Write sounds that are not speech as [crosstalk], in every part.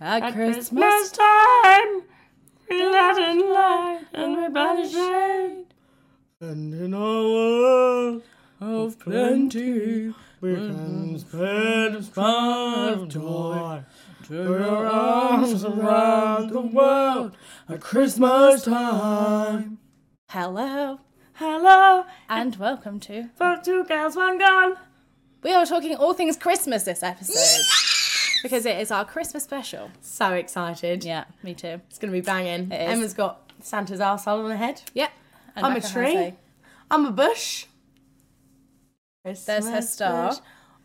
At, At Christmas, Christmas time, we let in light and we banish shade. And in our world of plenty, we can spread a span of joy. to Throw your arms around the world at Christmas time. Hello Hello, and welcome to. for two girls, one gun. We are talking all things Christmas this episode because it is our Christmas special. So excited. Yeah, me too. It's going to be banging. It is. Emma's got Santa's arsehole on her head. Yeah, and I'm a Becca has tree. I'm a bush. her Christmas star. bush.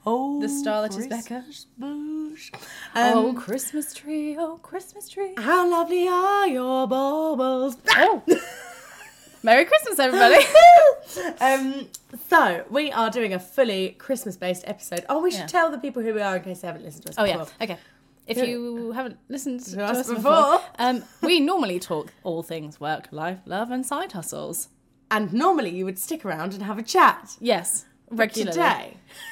Oh, The star that is Becca. Christmas bush. oh, Um, Christmas tree! Oh, Christmas tree! How lovely are your [laughs] baubles? [laughs] Oh, Merry Christmas, everybody! um, so we are doing a fully Christmas-based episode. Oh, we should Yeah. tell the people who we are in case they haven't listened to us. Oh yeah. before. Okay. If Yeah. you haven't listened to, us us before, before. um, we normally talk all things work, life, love, and side hustles. And normally you would stick around and have a chat. Yes, But regularly.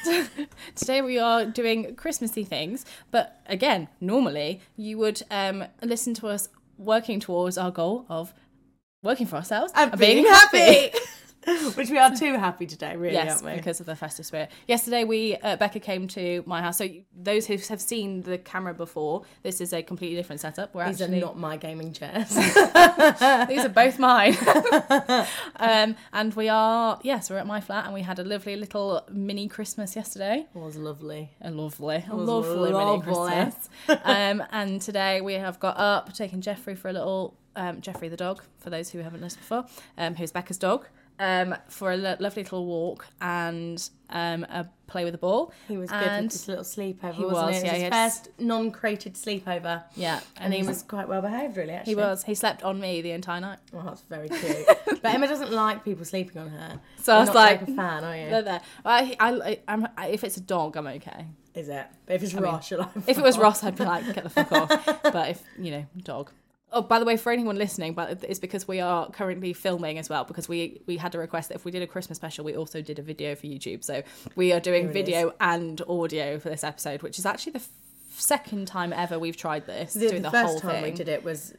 Today, Today [laughs] we are doing Christmassy things, but again, normally you would um, listen to us working towards our goal of working for ourselves I'm and being happy. [laughs] [laughs] Which we are too happy today, really, Yes, aren't we? because of the festive spirit. Yesterday, we uh, Becca came to my house. So you- those who have seen the camera before, this is a completely different setup. We're These are actually not my gaming [laughs] chairs. [laughs] These are both mine. um, and we are, yes, we're at my flat and we had a lovely little mini Christmas yesterday. was lovely. A lovely, a was lovely, mini lovely. [laughs] Christmas. um, and today we have got up, taken Jeffrey for a little, um, Jeffrey the dog, for those who haven't listened before, um, who's Becca's dog, um, for a lo- lovely little walk and um, a play with a ball. He was good And- with his little sleepover, He wasn't was, it? yeah, it he was his had- first non-crated sleepover, Yeah. and he was quite well behaved, really. Actually, He was. He slept on me the entire night. Well, that's very cute. [laughs] but Emma doesn't like people sleeping on her. So I You're was not like, a fan, are [laughs] you? They're there. I, I, I'm, I, if it's a dog, I'm okay. Is it? But if it's Rosh, you're like, [laughs] If it was Ross, I'd be like, get the fuck off. But if, you know, dog. Oh, by the way, for anyone listening, but it's because we are currently filming as well because we we had a request that if we did a Christmas special, we also did a video for YouTube. So we are doing Here it is. video and audio for this episode, which is actually the f- second time ever we've tried this. the, doing the the, first whole time we thing. did it was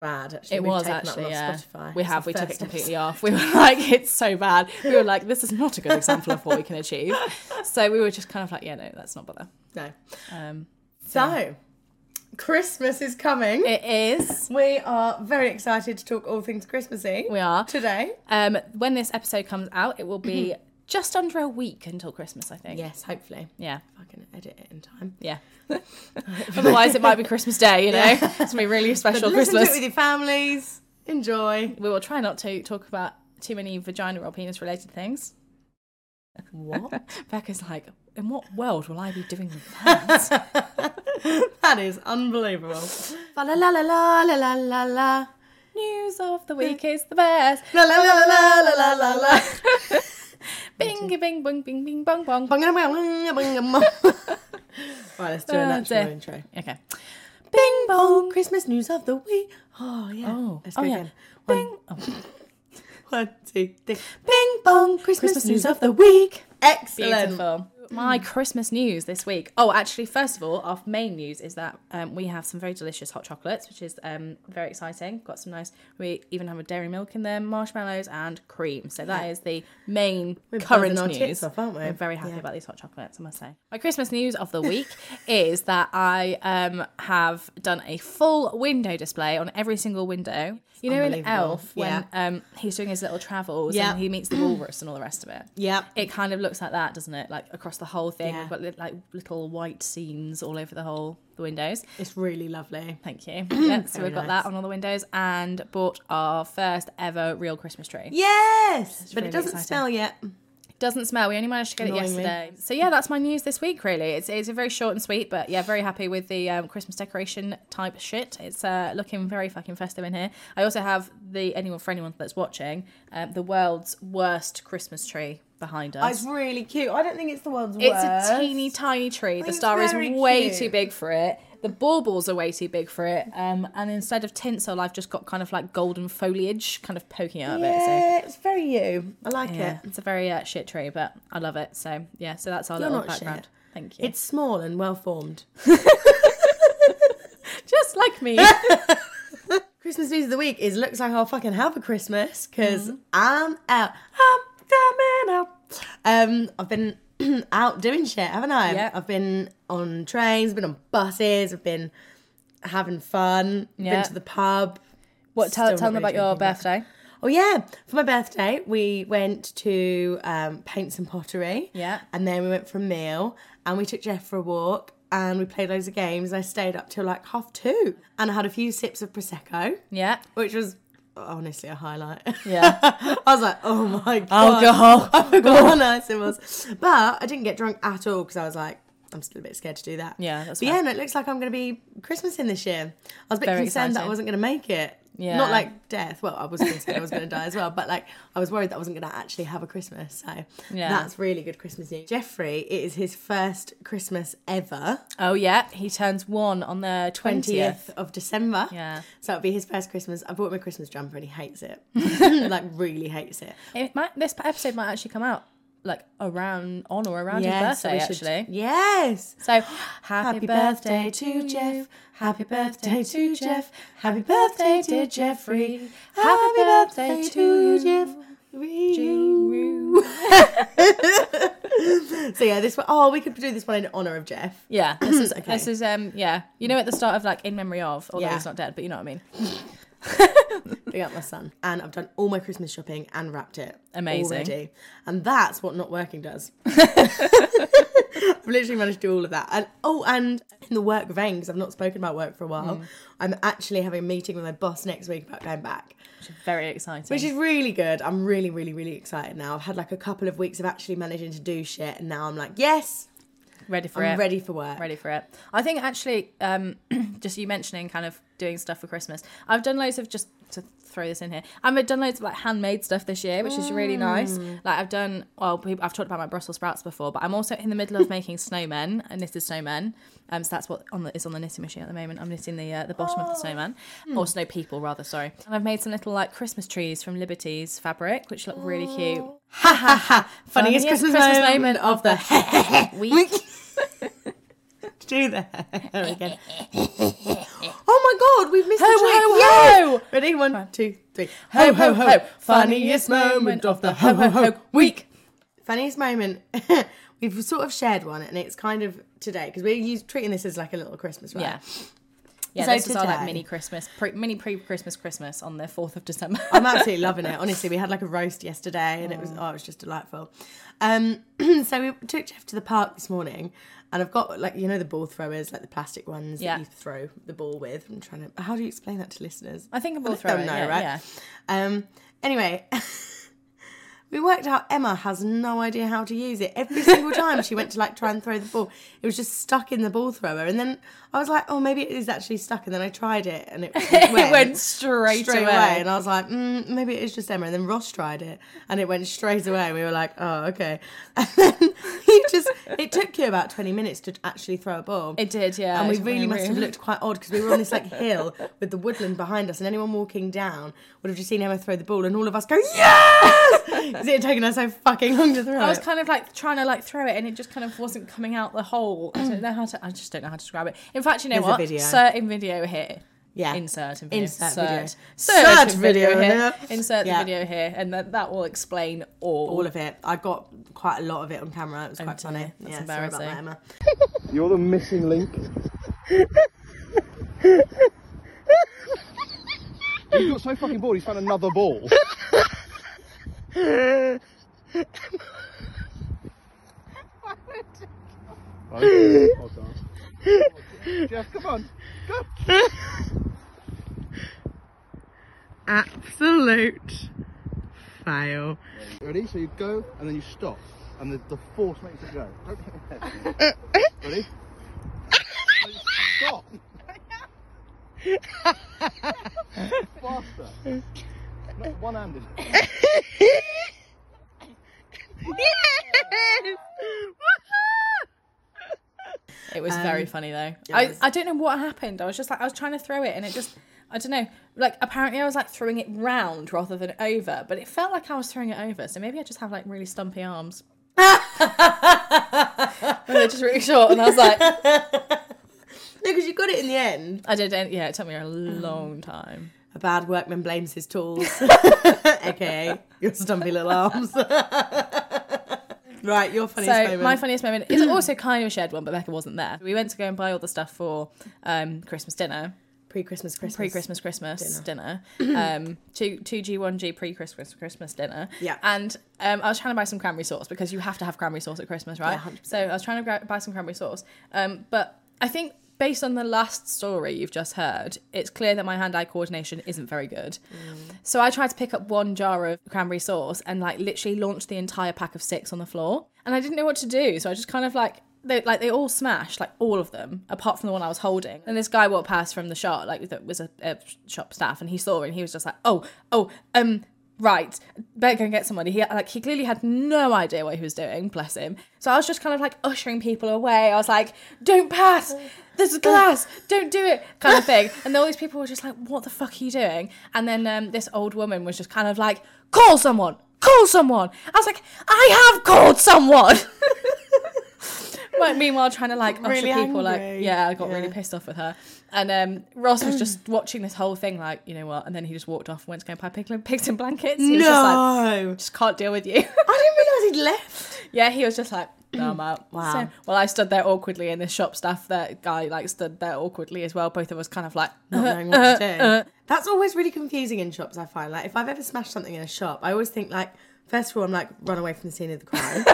bad. Actually, It We've was taken that actually, one off yeah. Spotify. We It's have. the We took it first completely off. We were [laughs] like, it's so bad. We were like, this is not a good example of what we can [laughs] achieve. So we were just kind of like, yeah, no, let's not bother. episode. No. Um, So, Christmas is coming. it is. we are very excited to talk all things Christmassy We are. today. Um, when this episode comes out, it will be just under a week until Christmas, I think. Yes, hopefully. Mm-hmm. Yeah. If I can edit it in time. [laughs] Yeah. Otherwise, it might be Christmas Day, you know? [laughs] It's going to be really special But listen to it Christmas. with your families. Enjoy. We will try not to talk about too many vagina or penis related things. What? [laughs] Becca's like, in what world will I be doing that? that is unbelievable. Fa la la la la la la la la. [laughs] News of the week is the best. La la la la la la la la. Bing, bing, bing, bing, bing, bong, bong. Bung, bung, bung, bung. [laughs] Right, let's do Oh, a natural dear. intro. Okay. Bing bong, Christmas news of the week. Oh yeah. Oh, let's oh go yeah. again. Bing. Oh, One, two, three. Bing bong, Christmas, Christmas news news of the week. Excellent. beautiful. My Christmas news this week. Oh, actually, first of all, our main news is that um, we have some very delicious hot chocolates, which is um, very exciting. Got some nice. We even have a dairy milk in there, marshmallows, and cream. So that is the main We're current buzzing our news. tits off, aren't we? are very happy Yeah. about these hot chocolates, I must say. My Christmas news [laughs] of the week is that I um, have done a full window display on every single window. You know, in unbelievable. Elf when Yeah. um, he's doing his little travels Yeah. and [clears throat] he meets the walrus and all the rest of it Yep. it kind of looks like that, doesn't it? Like across the whole thing, Yeah. we've got li- like little white scenes all over the whole the windows. It's really lovely. Thank you. [clears throat] yeah, so Very we've got nice. that on all the windows and bought our first ever real Christmas tree. Yes, but really it doesn't exciting. smell yet. Doesn't smell. We only managed to get it Annoyingly. yesterday. So yeah, that's my news this week. Really, it's it's a very short and sweet, but yeah, very happy with the um, Christmas decoration type shit. It's uh, looking very fucking festive in here. I also have the anyone for anyone that's watching um, the world's worst Christmas tree behind us. It's really cute. I don't think it's the world's It's worst. a teeny tiny tree. The it's star is very way cute. too big for it. The baubles are way too big for it. Um, and instead of tinsel, I've just got kind of like golden foliage kind of poking out of it. Yeah, it's very you. I like So yeah, it. it's a very uh, shit tree, but I love it. So yeah, so that's our You're little not shit. background. Thank you. It's small and well formed. just like me. Christmas news of the week is looks like I'll fucking have a Christmas Mm-hmm. because I'm out. I'm coming up. Um, I've been [clears throat] out doing shit, haven't I? Yeah. I've been on trains, been on buses, I've been having fun, Yeah. been to the pub. [laughs] What? Tell, Still tell not them about really your drinking, but- birthday. Oh yeah, for my birthday we went to um, Paints and Pottery. Yeah. and then we went for a meal and we took Jeff for a walk and we played loads of games. And I stayed up till like half two and I had a few sips of prosecco, Yeah. which was honestly a highlight. [laughs] [laughs] Yeah. I was like, oh my god, [laughs] Alcohol. I forgot how nice it was. But I didn't get drunk at all because I was like, I'm still a bit scared to do that. Yeah, that's but fair. yeah, no, it looks like I'm going to be Christmas in this year. I was a bit Very concerned that I exciting. wasn't going to make it. Yeah. Not like death. Well, I was concerned I was going to die as well, but like I was worried that I wasn't going to actually have a Christmas. So Yeah. that's really good Christmas news. Jeffrey, it is his first Christmas ever, Oh yeah. He turns one on the twentieth. 20th of December. Yeah. So it'll be his first Christmas. I bought him a Christmas jumper and he hates [laughs] it. like, really hates it. It might. This episode might actually come out like around on or around Yes, his birthday. we should- Actually. Yes. So happy, Happy birthday to Jeff. Happy birthday to Jeff. Happy birthday, dear Jeffrey. Happy birthday to you, Jeff. so yeah, this one oh, we could do this one in honor of Jeff. [laughs] Yeah, this is Okay. this is um yeah. You know at the start of like in memory of, although Yeah. he's not dead, but you know what I mean. Big up my son, and I've done all my Christmas shopping and wrapped it. Amazing. already. And that's what not working [laughs] does. I've literally managed to do all of that. And oh, and in the work vein, because I've not spoken about work for a while, I'm actually having a meeting with my boss next week about going back. Which is very exciting. Which is really good. I'm really, really, really excited now. I've had like a couple of weeks of actually managing to do shit, and now I'm like, yes, ready for I'm it. ready for work. Ready for it. I think actually, um, [clears throat] just you mentioning kind of doing stuff for Christmas. I've done loads of just to throw this in here. um, I've done loads of like handmade stuff this year, which is really nice. Mm. Like I've done well, people, I've talked about my Brussels sprouts before, but I'm also in the [laughs] middle of making snowmen and knitted snowmen. Um, so that's what on the, is on the knitting machine at the moment. I'm knitting the uh, the bottom Oh. of the snowman, Hmm. or snow people rather. Sorry. And I've made some little like Christmas trees from Liberty's fabric, which look really cute. Ha ha ha! [laughs] Funniest, Funniest Christmas, Christmas moment, of moment the [laughs] [laughs] Week. do [laughs] the hair again. oh my god, we've missed Ho, the trick. ho, Yes! ho! Ready? One, two, three. Ho, ho, ho. Funniest moment of the ho ho ho week. Funniest moment. [laughs] We've sort of shared one, and it's kind of today because we're us treating this as like a little Christmas, right? Yeah. Yeah, So this is our like today- mini Christmas, pre, mini pre-Christmas Christmas on the fourth of December. I'm absolutely loving it. Honestly, we had like a roast yesterday, and it Mm. was oh, it was just delightful. Um, [clears throat] so we took Jeff to the park this morning, and I've got like you know the ball throwers, like the plastic ones Yeah. that you throw the ball with. I'm trying to. How do you explain that to listeners? [laughs] I think we'll Let throw them it. know, yeah, right? yeah. Um, anyway, [laughs] we worked out Emma has no idea how to use it. Every single time she went to like try and throw the ball, it was just stuck in the ball thrower. And then I was like, oh, maybe it is actually stuck. And then I tried it, and it, it [laughs] It went straight, straight away. away. And I was like, mm, maybe it is just Emma. And then Ross tried it and it went straight away. And we were like, oh, okay. [laughs] And then he just, it took you about 20 minutes to actually throw a ball. It did, yeah. and we It's really must have rude. looked quite odd because we were on this like [laughs] hill with the woodland behind us, and anyone walking down would have just seen Emma throw the ball, and all of us go yes [laughs] because it had taken us so fucking long to throw. I was it. kind of like trying to like throw it, and it just kind of wasn't coming out the hole. I don't know how to. I just don't know how to describe it. In fact, you know There's a what? video. Certain video here. yeah, Insert and video. Insert video. Search Search video, video here. here. Insert Yeah. the video here, and that, that will explain all. all of it. I got quite a lot of it on camera. It was quite dear. funny. uh, That's yeah, sorry about that, embarrassing. Emma. You're the missing link. he got so fucking bored, he's found another ball. Okay, well done. Well done. Jeff, come on. Go. Absolute fail. Ready? So you go and then you stop, and the, the force makes it go. Okay. Ready? So you stop. Faster. Not one-handed. It was very Um, funny though. it I, was. I don't know what happened. I was just like I was trying to throw it and it just I don't know. Like apparently I was like throwing it round rather than over, but it felt like I was throwing it over. So maybe I just have like really [laughs] stumpy arms. Maybe They're just really short, and I was like, No, because you got it in the end. I did, and yeah, it took me a Um, long time. A bad workman blames his [laughs] tools, aka your stumpy little arms. [laughs] right, your funniest so moment. my funniest moment is [clears throat] also kind of a shared one, but Becca wasn't there. We went to go and buy all the stuff for um, Christmas dinner, pre-Christmas Christmas. pre-Christmas Christmas dinner, [clears throat] um, two two G one G pre-Christmas Christmas dinner. Yeah. and um, I was trying to buy some cranberry sauce because you have to have cranberry sauce at Christmas, right? Yeah, 100%. so I was trying to gra- buy some cranberry sauce, um, but I think. Based on the last story you've just heard, it's clear that my hand-eye coordination isn't very good. So I tried to pick up one jar of cranberry sauce and like literally launched the entire pack of six on the floor. And I didn't know what to do, so I just kind of like they like they all smashed, like all of them, apart from the one I was holding. And this guy walked past from the shop, like that was a, a shop staff, and he saw it and he was just like, "Oh, oh, um." Right, better go and get somebody. He like he clearly had no idea what he was doing. Bless him. So I was just kind of like ushering people away. I was like, "Don't pass. There's a glass. Don't do it," kind of thing. And all these people were just like, "What the fuck are you doing?" And then um, this old woman was just kind of like, "Call someone. Call someone." I was like, "I have called someone." [laughs] But meanwhile, trying to like usher Really people, like angry. yeah, I got really Yeah. pissed off with her. And um, Ross was just [clears throat] watching this whole thing, like you know what? And then he just walked off, and went to go and buy pigs, pigs in blankets. He No, was just like, just can't deal with you. [laughs] I didn't realize he'd left. [laughs] yeah, he was just like, no, I'm [clears throat] out. Wow. So, well, I stood there awkwardly, and this shop staff, that guy, like stood there awkwardly as well. Both of us kind of like, Not knowing what uh-huh, to do. That's always really confusing in shops. I find like if I've ever smashed something in a shop, I always think like first of all I'm like run away from the scene of the [laughs] crime,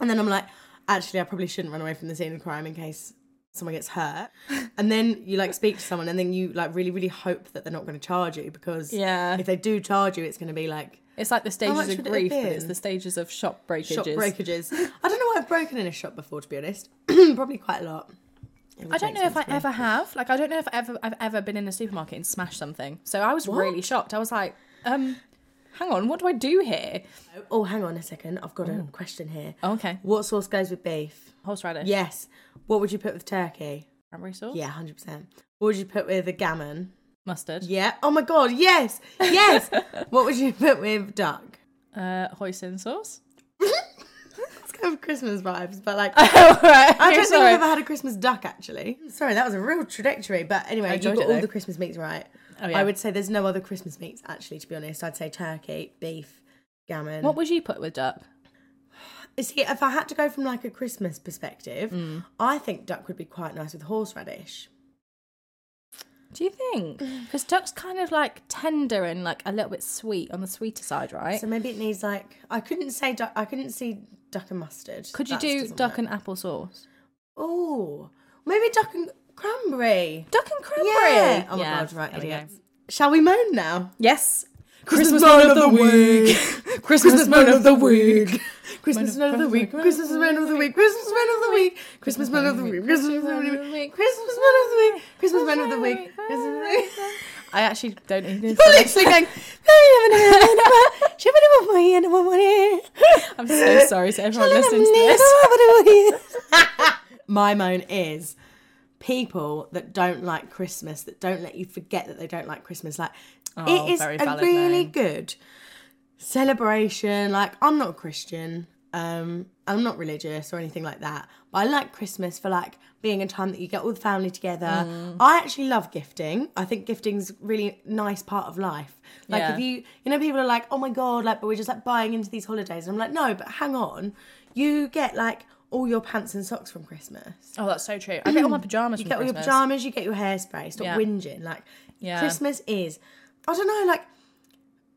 and then I'm like actually I probably shouldn't run away from the scene of the crime in case someone gets hurt, and then you like speak to someone and then you like really really hope that they're not going to charge you because Yeah. if they do charge you it's going to be like it's like the much stages of would it have grief, but it's been? the stages of shop breakages. shop breakages. [laughs] I don't know what I've broken in a shop before to be honest, [clears throat] probably quite a lot. It would I don't make know if I sense to me. ever have. Like, I don't know if ever I've ever been in a supermarket and smashed something. So I was really shocked. I was like, um, hang on, what do I do here? Oh, hang on a second. I've got a question here. Oh, okay, What sauce goes with beef? horseradish, Yes. What would you put with turkey? cranberry sauce, Yeah, 100%. What would you put with a gammon? mustard, Yeah. Oh my God. Yes. [laughs] Yes. what would you put with duck? uh, hoisin [laughs] sauce. It's kind of Christmas vibes, but [laughs] like, All I right, don't think sorry. I've ever had a Christmas duck actually. Sorry, that was a real trajectory. But anyway, you enjoyed got it, all though. the Christmas meats right. Oh, yeah. I would say there's no other Christmas meats actually, to be honest. I'd say turkey, beef, gammon. What would you put with duck? See, if I had to go from like a Christmas perspective, Mm. I think duck would be quite nice with horseradish. Do you think? Because duck's kind of like tender and like a little bit sweet on the sweeter side, right? So maybe it needs like I couldn't say duck. I couldn't see duck and mustard. Could you That do doesn't duck work. and apple sauce? oh maybe duck and cranberry? Duck and cranberry. Yeah. Oh my god, right, there we go. idiots. Shall we moan now? Yes. Christmas moan of the week. Christmas moan of the week. Christmas moan of the week. Moan of- Christmas moan of the week. Christmas moan of the week. Christmas moan of the week. Christmas moan of the week. Christmas moan of the week. Christmas moan of the week. Christmas moan of the week. [laughs] I actually don't need [laughs] this. You're literally going. I'm so sorry to everyone listening to [laughs] this. [laughs] My moan is people that don't like Christmas, that don't let you forget that they don't like Christmas. Like, Oh, it is very a valid really moan. good celebration. Like, I'm not a Christian. Um, I'm not religious or anything like that. But I like Christmas for like being a time that you get all the family together. I actually love gifting. I think gifting's a really nice part of life. Like Yeah. if you you know, people are like, oh my god, like, but we're just like buying into these holidays. And I'm like, no, but hang on. You get like all your pants and socks from Christmas. Oh, that's so true. I [clears throat] get all my pajamas. You from get all your Christmas. pajamas, you get your hairspray, stop Yeah. whinging. Like Yeah. Christmas is I don't know, like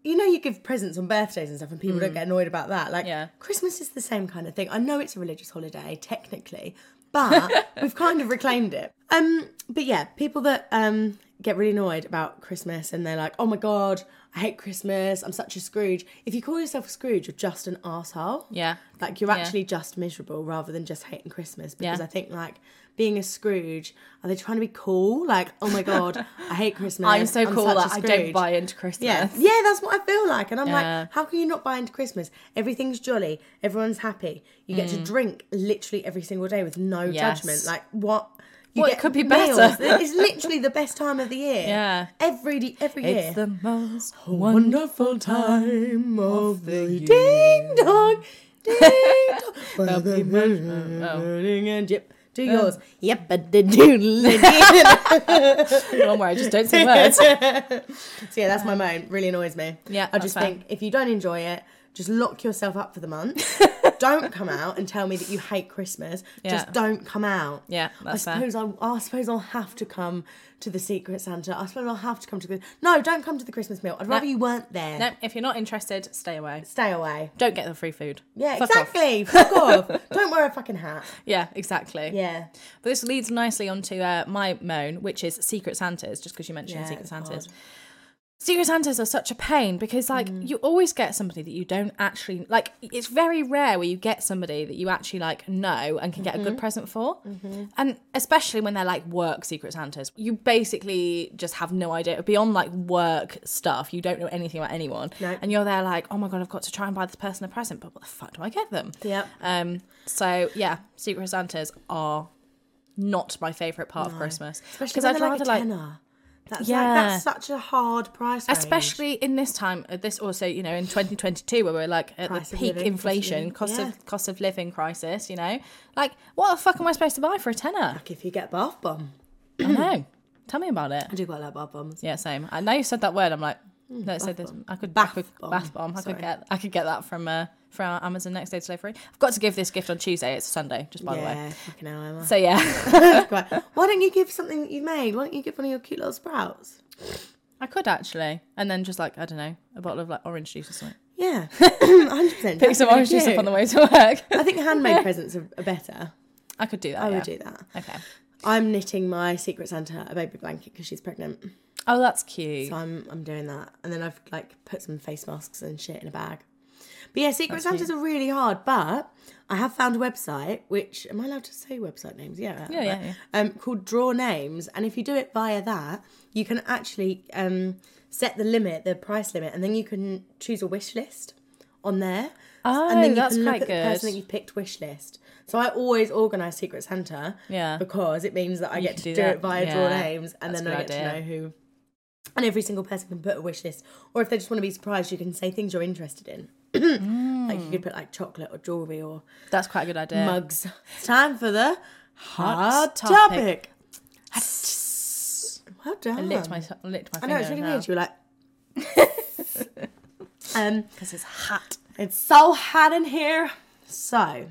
you know you give presents on birthdays and stuff and people don't get annoyed about that. Like Mm. Yeah. Christmas is the same kind of thing. I know it's a religious holiday, technically, [laughs] but we've kind of reclaimed it. Um but yeah, people that um get really annoyed about Christmas and they're like, Oh my god, I hate Christmas, I'm such a Scrooge. If you call yourself a Scrooge, you're just an asshole. Yeah. Like you're Yeah. actually just miserable rather than just hating Christmas because Yeah. I think like being a Scrooge, are they trying to be cool? Like, oh my god, I hate Christmas. I'm so cool such a that I don't Scrooge." buy into Christmas. Yeah, yeah, that's what I feel like, and I'm Yeah. like, how can you not buy into Christmas? Everything's jolly, everyone's happy. You get to drink literally every single day with no Mm. Yes. judgment. Like what? You Well, it could be meals. better. it's literally the best time of the year. [laughs] Yeah. every every year. It's the most wonderful time of the year. [laughs] Ding dong, ding dong. By the moon Oh. burning and yep. Do Uh. yours. Yep, but the [laughs] doodle. The one where I just don't [laughs] [laughs] say words. So yeah, that's my moan. Really annoys me. Yeah, I that's just fair. think if you don't enjoy it, just lock yourself up for the [laughs] month. don't come out and tell me that you hate Christmas. Yeah. Just don't come out. Yeah, that's I fair. suppose I, I suppose I'll have to come to the Secret Santa. I suppose I'll have to come to the no. Don't come to the Christmas meal. I'd rather you weren't there. No, if you're not interested, stay away. Stay away. Don't get the free food. Yeah, Fuck off. [laughs] exactly. Fuck off. Don't wear a fucking hat. Yeah, exactly. Yeah. But this leads nicely onto uh, my moan, which is Secret Santas, just because you mentioned Yeah, Secret it's Santas. Secret Santas are such a pain because, like, Mm. you always get somebody that you don't actually like. It's very rare where you get somebody that you actually like know and can get a Mm-hmm. good present for, and especially when they're like work Secret Santas, you basically just have no idea beyond like work stuff. You don't know anything about anyone, No. and you're there like, oh my god, I've got to try and buy this person a present, but what the fuck do I get them? Yep. Um, so yeah, Secret Santas are not my favourite part of Christmas. Especially when they're, like a tenner. That's like Yeah. that's such a hard price. range. especially in this time uh, this also you know in 2022 where we're like at Price the of peak living, cost of inflation living, cost of, yeah. cost of living crisis you know like what the fuck am i supposed to buy for a tenner Like if you get bath bomb. [clears throat] i know tell me about it I do quite like bath bombs. yeah same i know you said that word i'm like no it said this i could Hmm, Bath I could, bomb. bath bomb i could Sorry. get i could get that from uh from our amazon next day delivery i've got to give this gift on tuesday it's sunday just by the yeah, way fucking hell, Emma. so yeah [laughs] Right. Why don't you give something that you've made? Why don't you give one of your cute little sprouts? i could actually and then just like i don't know a bottle of like orange juice or something [laughs] Yeah, [coughs] hundred percent. pick some orange juice up on the way to work I [laughs] think [laughs] handmade presents are are better. i could do that I yeah. would do that. okay I'm knitting my Secret Santa a baby blanket because she's pregnant, oh that's cute so I'm I'm doing that. And then I've like put some face masks and shit in a bag. But yeah, Secret Santas are really hard. But I have found a website which am I allowed to say website names? Yeah, Yeah, yeah, yeah. Um, called Draw Names, and if you do it via that, you can actually um set the limit, the price limit, and then you can choose a wish list on there. Oh, and then you that's can look quite at the person good. that you picked wish list. So I always organise Secret Santa. Yeah. Because it means that I get can to do do, that. it via Yeah, draw names and that's then a I good get idea. to know who and every single person can put a wish list. Or if they just want to be surprised, you can say things you're interested in. [clears throat] Like Mm. you could put like chocolate or jewellery or That's quite a good idea. mugs. It's time for the Hot hard topic. topic. Well done. I licked my licked I my finger. know it's really weird. You were like [laughs] Um because it's hot. It's so hot in here. So,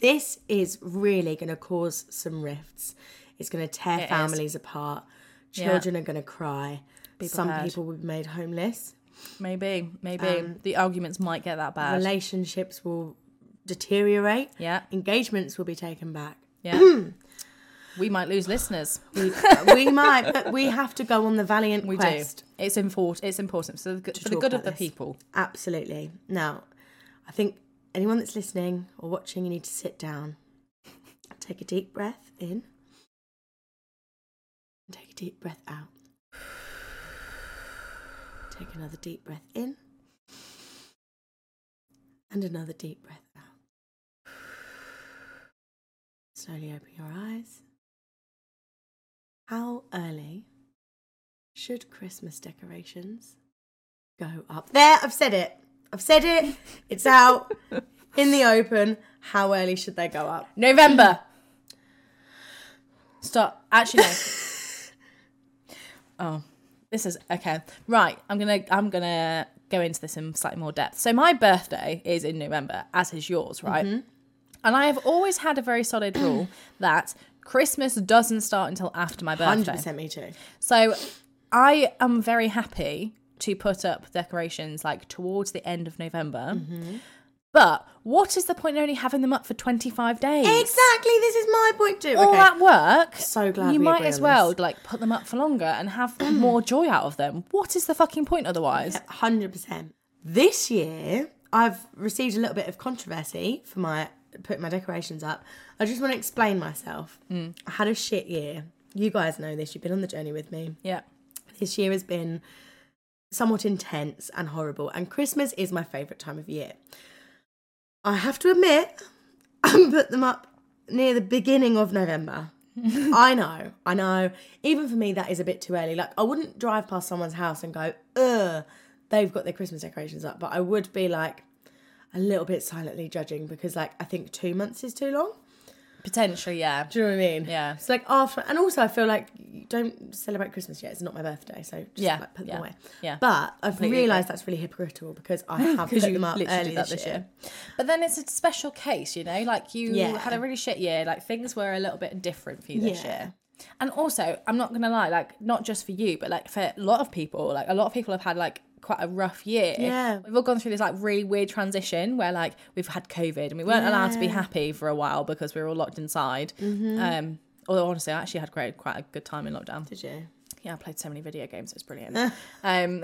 this is really going to cause some rifts. It's going to tear It is. families apart. Children are going to cry. some prepared. people will be made homeless. Maybe, maybe Um, the arguments might get that bad. Relationships will deteriorate. Yeah. Engagements will be taken back. [clears throat] yeah. we might lose listeners. We, we [laughs] might, but we have to go on the valiant [laughs] We quest. do. It's important. It's important for the, good- for the talk good of about the this. people. Absolutely. Now, I think anyone that's listening or watching, you need to sit down, take a deep breath in, and take a deep breath out. Take another deep breath in, and another deep breath out. Slowly open your eyes. How early should Christmas decorations go up. There, I've said it. I've said it. It's out in the open. How early should they go up? November. Stop. Actually, no. oh, this is okay. Right, I'm gonna I'm gonna go into this in slightly more depth. So my birthday is in November, as is yours, right? And I have always had a very solid rule that Christmas doesn't start until after my birthday. 100% me too. So I am very happy to put up decorations like towards the end of November. But what is the point in only having them up for 25 days? Exactly. This is my point too. All Okay. that work. So glad you we might agree as on well this. like put them up for longer and have [clears throat] more joy out of them. What is the fucking point otherwise? 100%. This year, I've received a little bit of controversy for my putting my decorations up. I just want to explain myself. I had a shit year. You guys know this. You've been on the journey with me. Yeah. This year has been somewhat intense and horrible, and Christmas is my favourite time of year. I have to admit, [laughs] I put them up near the beginning of November. I know, I know. Even for me, that is a bit too early. Like, I wouldn't drive past someone's house and go, ugh, they've got their Christmas decorations up, but I would be like a little bit silently judging because, like, I think two months is too long. Potentially, yeah. Do you know what I mean? Yeah. It's like after, and also I feel like you don't celebrate Christmas yet. It's not my birthday, so just Yeah, like put yeah, them away. yeah. But I've Completely realised that's really hypocritical because I have put them up literally early did that this [laughs] year. But then it's a special case, you know, like you Yeah. had a really shit year, like things were a little bit different for you this Yeah. year. And also, I'm not gonna lie, like not just for you, but like for a lot of people, like a lot of people have had like quite a rough year. Yeah. We've all gone through this like really weird transition where like we've had COVID and we weren't allowed to be happy for a while because we were all locked inside. Um although honestly I actually had quite quite a good time in lockdown. Mm-hmm. Did you? Yeah, I played so many video games, it [laughs] was brilliant. um [laughs]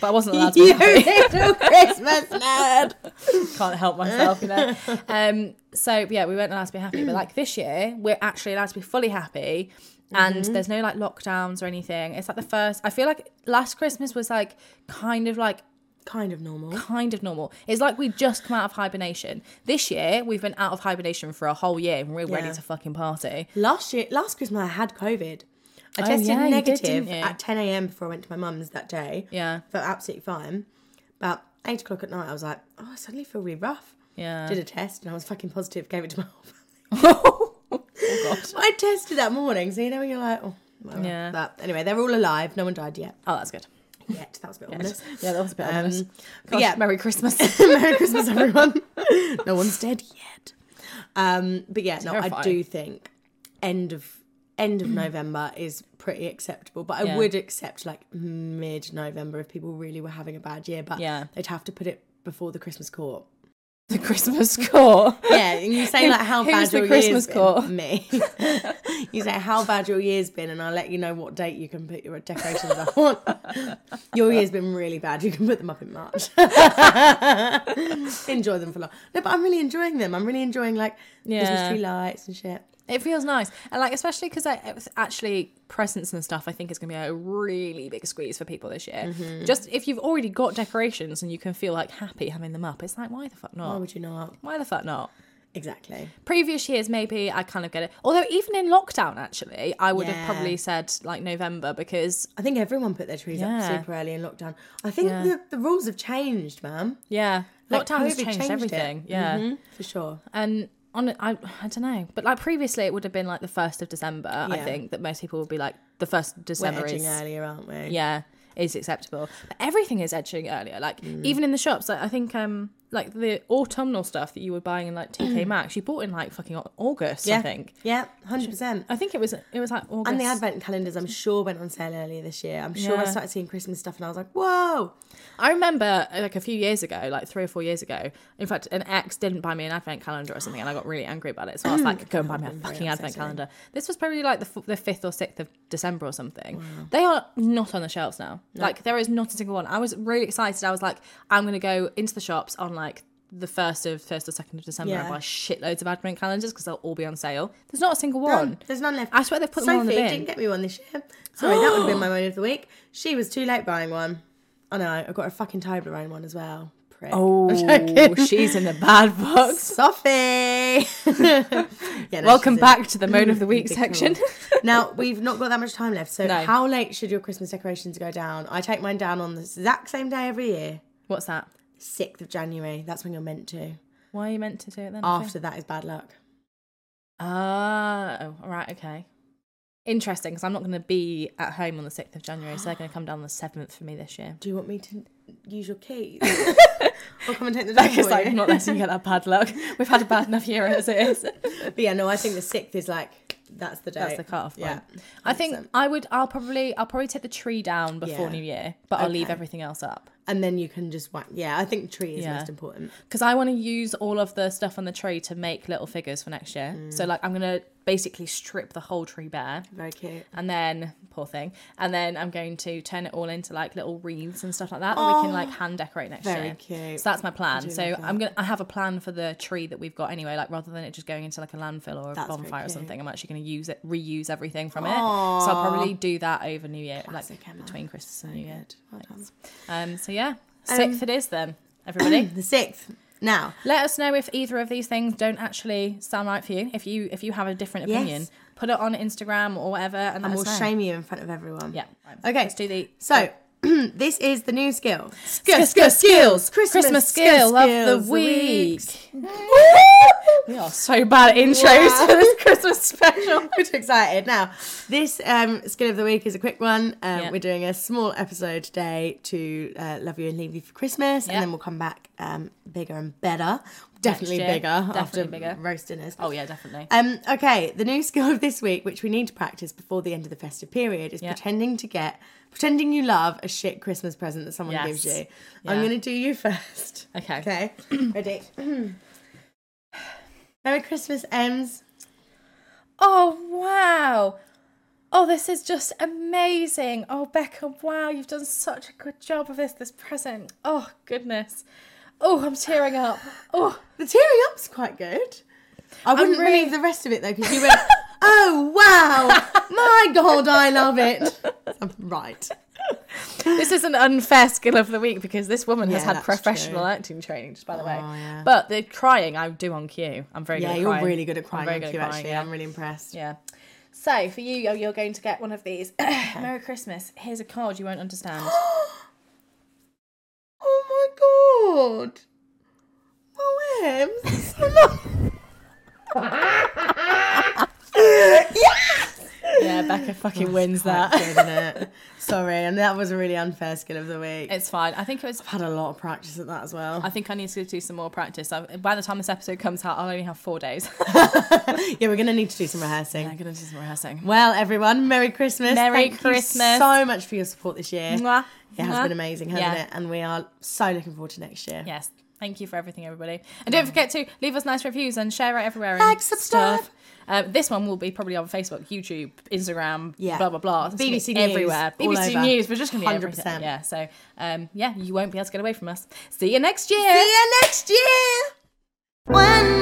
but I wasn't allowed to be You happy little Christmas nerd. can't help myself, you [laughs] know. Um, so yeah, we weren't allowed to be happy, but like this year, we're actually allowed to be fully happy, and there's no like lockdowns or anything. It's like the first. I feel like last Christmas was like kind of like Kind of normal. kind of normal. It's like we just come out of hibernation. This year, we've been out of hibernation for a whole year, and we're ready Yeah. to fucking party. Last year, last Christmas, I had COVID. I Oh, tested yeah, you did, negative didn't you? at 10 a.m. before I went to my mum's that day. Yeah. Felt absolutely fine. But eight o'clock at night, I was like, oh, I suddenly feel really rough. Yeah. Did a test and I was fucking positive, gave it to my [laughs] whole family. [laughs] oh god. [laughs] I tested that morning, so you know when you're like, oh, well. Yeah. But anyway, they're all alive. No one died yet. Oh, that's good. Um, Yet. That was a bit ominous. Yeah, that was a bit ominous. but Gosh, yeah. Merry [laughs] Christmas. Merry Christmas, everyone. [laughs] no one's dead yet. Um, but yeah, no, I Terrifying. do think end of end of November is pretty acceptable. But I Yeah. would accept like mid November if people really were having a bad year. But Yeah. they'd have to put it before the Christmas court. [laughs] the Christmas [laughs] court. Yeah, and you say like how Who's bad the your year's Christmas court? been. Me. [laughs] you say how bad your year's been, and I'll let you know what date you can put your decorations up on. [laughs] Your year's been really bad. You can put them up in March. [laughs] Enjoy them for long. No, but I'm really enjoying them. I'm really enjoying like Christmas Yeah. tree lights and shit. It feels nice, and like especially because actually presents and stuff. I think is going to be a really big squeeze for people this year. Mm-hmm. Just if you've already got decorations and you can feel like happy having them up, it's like why the fuck Why not? Oh, would you not? Why the fuck not? Exactly. Previous years, maybe I kind of get it. Although even in lockdown, actually, I would Yeah. have probably said like November because I think everyone put their trees Yeah. up super early in lockdown. I think Yeah. the, the rules have changed, ma'am. yeah, Like, lockdown has COVID changed, changed it. everything. Yeah, Mhm, for sure. and on I I don't know, but like previously it would have been like the first of December. I Yeah. think that most people would be like the first of We're December edging is earlier, aren't we? yeah is acceptable but everything is edging earlier like Mm. even in the shops like i think um like the autumnal stuff that you were buying in like [clears throat] tk maxx you bought in like fucking Au- august Yeah. i think Yeah, hundred percent. i think it was it was like august And the advent calendars, I'm sure, went on sale earlier this year. I'm sure I Yeah. started seeing Christmas stuff and I was like, whoa. i remember uh, like a few years ago like three or four years ago in fact an ex didn't buy me an advent calendar or something and i got really angry about it so i Mm. was like go and buy me a fucking advent calendar this was probably like the, f- the 5th or 6th of december or something they are not on the shelves now like there is not a single one i was really excited i was like i'm gonna go into the shops on like the first of first or second of December, and Yeah. buy shitloads of advent calendars because they'll all be on sale. There's not a single None. one. There's none left. I swear they put Sophie them all in the bin. didn't get me one this year. Sorry, that would have been [gasps] my moment of the week. She was too late buying one. I know, I got a fucking Toblerone one as well. Prick. Oh, she's in [laughs] the bad books. Sophie! [laughs] Yeah, no, Welcome she's in. back to the moan of [laughs] the week Big section. [laughs] troll. now, we've not got that much time left, so No. how late should your Christmas decorations go down? I take mine down on the exact same day every year. What's that? 6th of January. That's when you're meant to. Why are you meant to do it then? After that is bad luck. Oh, right, okay. Interesting, because I'm not going to be at home on the 6th of January, so they're going to come down on the 7th for me this year. [laughs] Do you want me to use your keys? or come and [laughs] take the dog Because for you? I'm not letting you get that bad [laughs] luck. We've had a bad enough year as it [laughs] is. But yeah, no, I think the sixth is like that's the day. That's the cut-off Yeah, point. I think I would. I'll probably. I'll probably take the tree down before Yeah. New Year, but I'll leave Okay. everything else up and then you can just whack. Yeah, I think tree is Yeah. most important. because I want to use all of the stuff on the tree to make little figures for next year. So like, I'm gonna basically strip the whole tree bare. Very cute. and then poor thing and then i'm going to turn it all into like little wreaths and stuff like that that we can like hand decorate next Oh, very year cute. so that's my plan do so love i'm gonna i have a plan for the tree that we've got anyway like rather than it just going into like a landfill or a That's very bonfire or cute. something i'm actually going to use it reuse everything from it so i'll probably do that over new year Classic like Emma. between christmas and new year Well done. um so yeah sixth it is then everybody [clears throat] The sixth. Now, let us know if either of these things don't actually sound right for you if you if you have a different Yes. opinion put it on instagram or whatever and, and let we'll us know. shame you in front of everyone. yeah Okay. let's do the So. [clears throat] this is the new skill. Skill, skill, skills. Christmas, [laughs] Christmas skill of the skills week. We are oh, so [laughs] bad at intros Wow. for this Christmas special. [laughs] I'm too excited. Now, this um, skin of the week is a quick one. Um, Yeah. We're doing a small episode today to uh, love you and leave you for Christmas, Yeah. and then we'll come back um, bigger and better. Definitely year. bigger after Definitely bigger. roasting us. Oh yeah, definitely. Um, okay, the new skill of this week, which we need to practice before the end of the festive period, is Yeah. pretending to get, pretending you love a shit Christmas present that someone Yes. gives you. Yeah. I'm going to do you first. Okay. Okay, [clears throat] ready? Merry Christmas, Ems. Oh wow. Oh, this is just amazing. Oh, Becca, wow, you've done such a good job of this this present. Oh goodness. Oh, I'm tearing up. Oh, The tearing up's quite good. I wouldn't really- believe the rest of it though, because you went, [laughs] "Oh [laughs] wow, my God, I love it." I'm right. this is an unfair skill of the week because this woman has Yeah, had that's professional true. acting training, just by the way. Oh, yeah. But the crying, I do on cue. I'm very Yeah, good at you're crying. really good at I'm crying. very on good at cue, crying, actually, yeah. I'm really impressed. Yeah. So for you, oh, you're going to get one of these. [coughs] Merry Christmas. Here's a card you won't understand. Oh my god. Oh, Em, [laughs] that's so nice. yeah, Becca fucking wins that. Good, isn't it? [laughs] Sorry, and that was a really unfair skill of the week. It's fine. I think it was. I've had a lot of practice at that as well. I think I need to do some more practice. I, by the time this episode comes out, I'll only have four [laughs] days. yeah, we're going to need to do some rehearsing. I'm gonna do some rehearsing. Well, everyone, Merry Christmas. Merry Thank Christmas. You so much for your support this year. Mwah. It has Mwah. been amazing, hasn't Yeah. it? And we are so looking forward to next year. Yes. Thank you for everything, everybody. And don't forget to leave us nice reviews and share it everywhere. And Like, subscribe. Stuff. Uh, this one will be probably on Facebook, YouTube, Instagram, Yeah. blah, blah, blah. It's gonna be BBC News, Everywhere. all BBC over. News. We're just going to be 100%. 100%. Yeah. So, um, yeah, you won't be able to get away from us. See you next year. See you next year. One